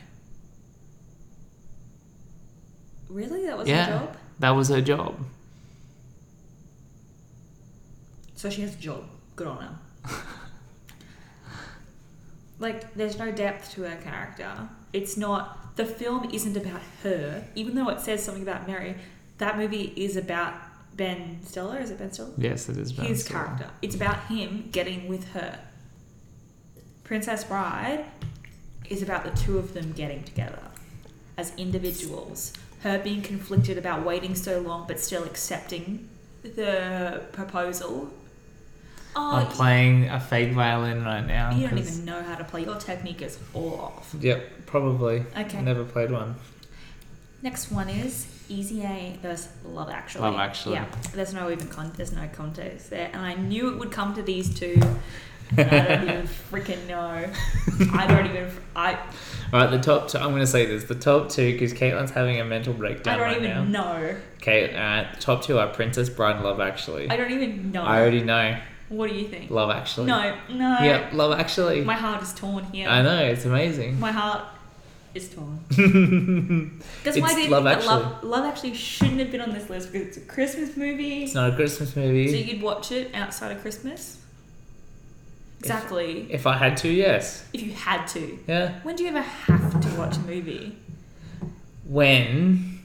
Speaker 2: Really? That was
Speaker 1: yeah.
Speaker 2: her job?
Speaker 1: That was her job.
Speaker 2: So she has a job. Good on her. like, there's no depth to her character. It's not. The film isn't about her, even though it says something about Mary. That movie is about Ben Stiller. Is it Ben Stiller?
Speaker 1: Yes, it is. Ben
Speaker 2: His
Speaker 1: Stiller.
Speaker 2: character. It's about him getting with her. Princess Bride is about the two of them getting together as individuals. Her being conflicted about waiting so long but still accepting the proposal.
Speaker 1: I'm
Speaker 2: Oh,
Speaker 1: playing a fake violin right now.
Speaker 2: you don't
Speaker 1: 'cause-
Speaker 2: even know how to play. Your technique is all off.
Speaker 1: Yep, probably.
Speaker 2: Okay.
Speaker 1: Never played one.
Speaker 2: Next one is Easy A versus Love Actually.
Speaker 1: Love Actually.
Speaker 2: Yeah, there's no even con- there's no contest there, and I knew it would come to these two. And I don't even freaking know. I don't even. I
Speaker 1: All right, the top two. I'm going to say this. The top two, because Caitlin's having a mental breakdown
Speaker 2: I don't
Speaker 1: right
Speaker 2: even
Speaker 1: now.
Speaker 2: know.
Speaker 1: Okay, uh, the top two are Princess Bride and Love Actually.
Speaker 2: I don't even know.
Speaker 1: I already know.
Speaker 2: what do you think?
Speaker 1: Love Actually.
Speaker 2: No, no.
Speaker 1: Yeah, Love Actually.
Speaker 2: My heart is torn here.
Speaker 1: I know, it's amazing.
Speaker 2: My heart is torn. That's
Speaker 1: It's
Speaker 2: why they
Speaker 1: Love
Speaker 2: think that love, love actually shouldn't have been on this list because it's a Christmas movie.
Speaker 1: It's not a Christmas movie.
Speaker 2: So you'd watch it outside of Christmas. Exactly.
Speaker 1: if I had to, yes.
Speaker 2: if you had to.
Speaker 1: Yeah.
Speaker 2: When do you ever have to watch a movie?
Speaker 1: When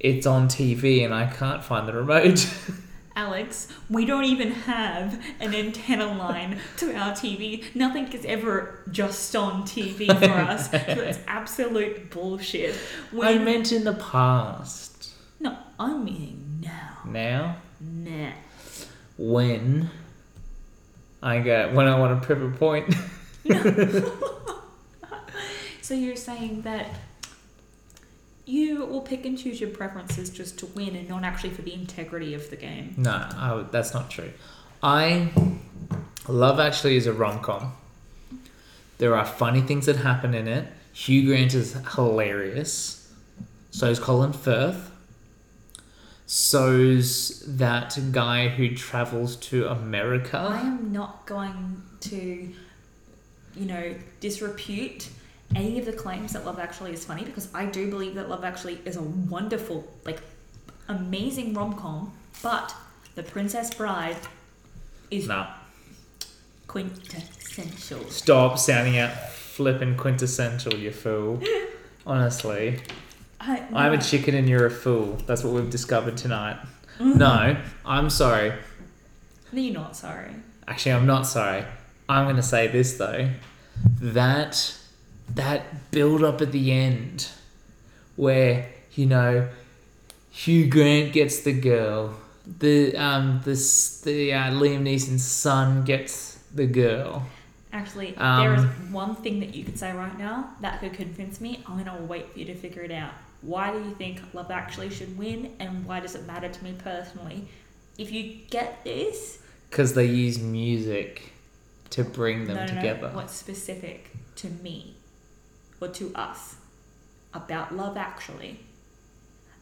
Speaker 1: it's on TV and I can't find the remote.
Speaker 2: Alex, we don't even have an antenna line to our TV. Nothing is ever just on TV for us. so it's absolute bullshit.
Speaker 1: I
Speaker 2: When-
Speaker 1: meant in the past.
Speaker 2: no, I'm meaning now.
Speaker 1: Now,
Speaker 2: Nah.
Speaker 1: when I go, when I want to prove a point.
Speaker 2: So you're saying that you will pick and choose your preferences just to win and not actually for the integrity of the game.
Speaker 1: No, I, would- that's not true. I Love Actually is a rom com. There are funny things that happen in it. Hugh Grant is hilarious. So is Colin Firth. So's that guy who travels to
Speaker 2: I
Speaker 1: America.
Speaker 2: am not going to, you know, disrepute any of the claims that Love Actually is funny because I do believe that Love Actually is a wonderful, like, amazing rom com, but The Princess Bride is
Speaker 1: Nah,
Speaker 2: quintessential.
Speaker 1: stop sounding out flippin' quintessential, you fool. Honestly.
Speaker 2: I,
Speaker 1: I'm a
Speaker 2: no.
Speaker 1: chicken and you're a fool. That's what we've discovered tonight.
Speaker 2: Mm-hmm.
Speaker 1: No, I'm sorry.
Speaker 2: No, you're not sorry.
Speaker 1: Actually, I'm not sorry. I'm going to say this though. That that build up at the end where, you know, Hugh Grant gets the girl, the um this the uh, Liam Neeson's son gets the girl.
Speaker 2: Actually,
Speaker 1: Um,
Speaker 2: there is one thing that you could say right now that could convince me. I'm going to wait for you to figure it out. Why do you think Love Actually should win, and why does it matter to me personally? If you get this,
Speaker 1: cuz they use music to bring them
Speaker 2: no, no, no,
Speaker 1: together.
Speaker 2: what's specific to me or to us about Love Actually?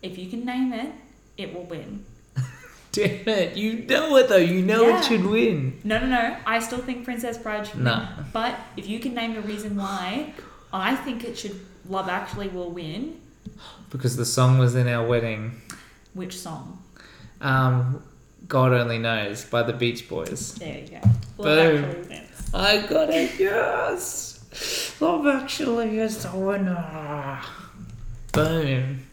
Speaker 2: If you can name it, it will win.
Speaker 1: Damn it. You know it though. You know
Speaker 2: Yeah.
Speaker 1: it should win.
Speaker 2: No, no, no. I still think Princess Bride should
Speaker 1: No.
Speaker 2: win. But if you can name the reason why, I think it should. Love Actually will win.
Speaker 1: Because the song was in our wedding.
Speaker 2: Which song?
Speaker 1: Um, God Only Knows by the Beach Boys.
Speaker 2: There you go.
Speaker 1: Boom.
Speaker 2: actually wins.
Speaker 1: I got it, yes! Love Actually is the winner. Boom.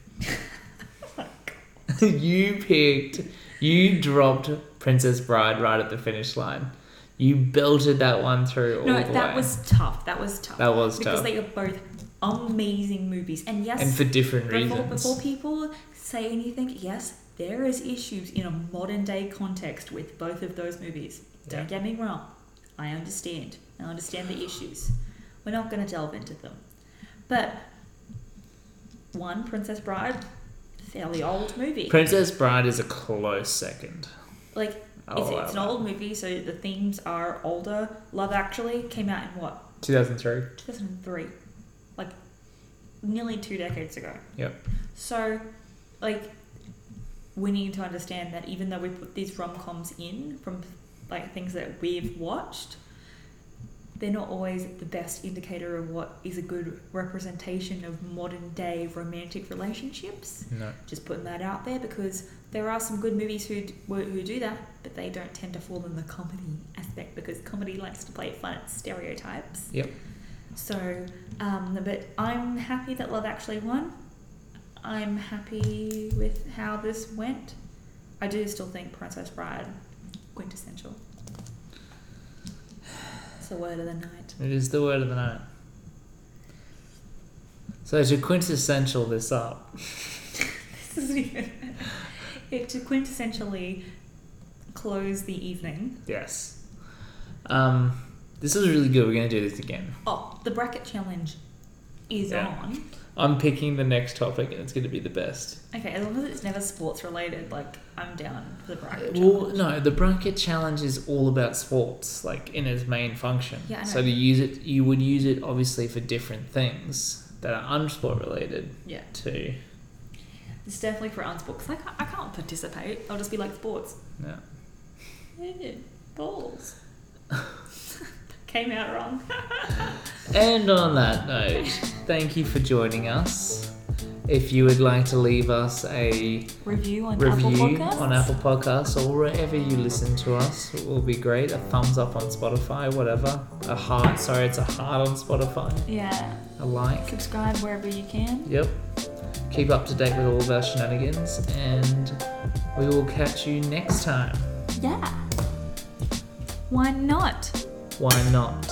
Speaker 1: you picked, you dropped Princess Bride right at the finish line. You belted that one through all
Speaker 2: No,
Speaker 1: the
Speaker 2: that
Speaker 1: way.
Speaker 2: was tough. That was tough.
Speaker 1: that was
Speaker 2: because
Speaker 1: tough.
Speaker 2: they are both amazing movies. And yes,
Speaker 1: and for different
Speaker 2: before,
Speaker 1: reasons.
Speaker 2: before people say anything, yes, there is issues in a modern day context with both of those movies. Don't
Speaker 1: Yeah.
Speaker 2: get me wrong. I understand. I understand the issues. We're not going to delve into them. But one, Princess Bride, fairly old movie.
Speaker 1: Princess Bride is a close second.
Speaker 2: like
Speaker 1: Oh,
Speaker 2: it's,
Speaker 1: wow.
Speaker 2: it's an old movie, so the themes are older. Love Actually came out in what
Speaker 1: 2003.
Speaker 2: 2003, like nearly two decades ago.
Speaker 1: Yep.
Speaker 2: So, like, we need to understand that even though we put these rom coms in from like things that we've watched, they're not always the best indicator of what is a good representation of modern day romantic relationships
Speaker 1: No.
Speaker 2: just putting that out there because there are some good movies who d- who who do that, but they don't tend to fall in the comedy aspect because comedy likes to play it fun at stereotypes.
Speaker 1: Yep.
Speaker 2: So, um, but I'm happy that Love Actually won. I'm happy with how this went. I do still think Princess Bride quintessential. It's the word of the night. Correct.
Speaker 1: It is the word of the night. So to quintessential this up,
Speaker 2: This isn't even. It to quintessentially close the evening.
Speaker 1: yes. Um, this is really good. We're gonna do this again.
Speaker 2: Oh, the bracket challenge is
Speaker 1: Yeah.
Speaker 2: on.
Speaker 1: I'm picking the next topic, and it's gonna be the best.
Speaker 2: Okay, as long as it's never sports related, like I'm down for the bracket
Speaker 1: Well,
Speaker 2: challenge.
Speaker 1: no, the bracket challenge is all about sports, like in its main function.
Speaker 2: Yeah, I
Speaker 1: So
Speaker 2: know.
Speaker 1: to use it, you would use it obviously for different things that are unsport related
Speaker 2: Yeah,
Speaker 1: too.
Speaker 2: it's definitely for unsports. Cause I can't, I can't participate. I'll just be like sports.
Speaker 1: Yeah.
Speaker 2: Yeah, balls. Came out wrong.
Speaker 1: And on that note, thank you for joining us. If you would like to leave us a
Speaker 2: Review on Apple
Speaker 1: review
Speaker 2: Podcasts.
Speaker 1: on Apple Podcasts or wherever you listen to us, it will be great. A thumbs up on Spotify, whatever. A heart, sorry, it's a heart on Spotify.
Speaker 2: Yeah.
Speaker 1: A like.
Speaker 2: Subscribe wherever you can.
Speaker 1: Yep. Keep up to date with all of our shenanigans, and we will catch you next time.
Speaker 2: Yeah. Why not?
Speaker 1: Why not?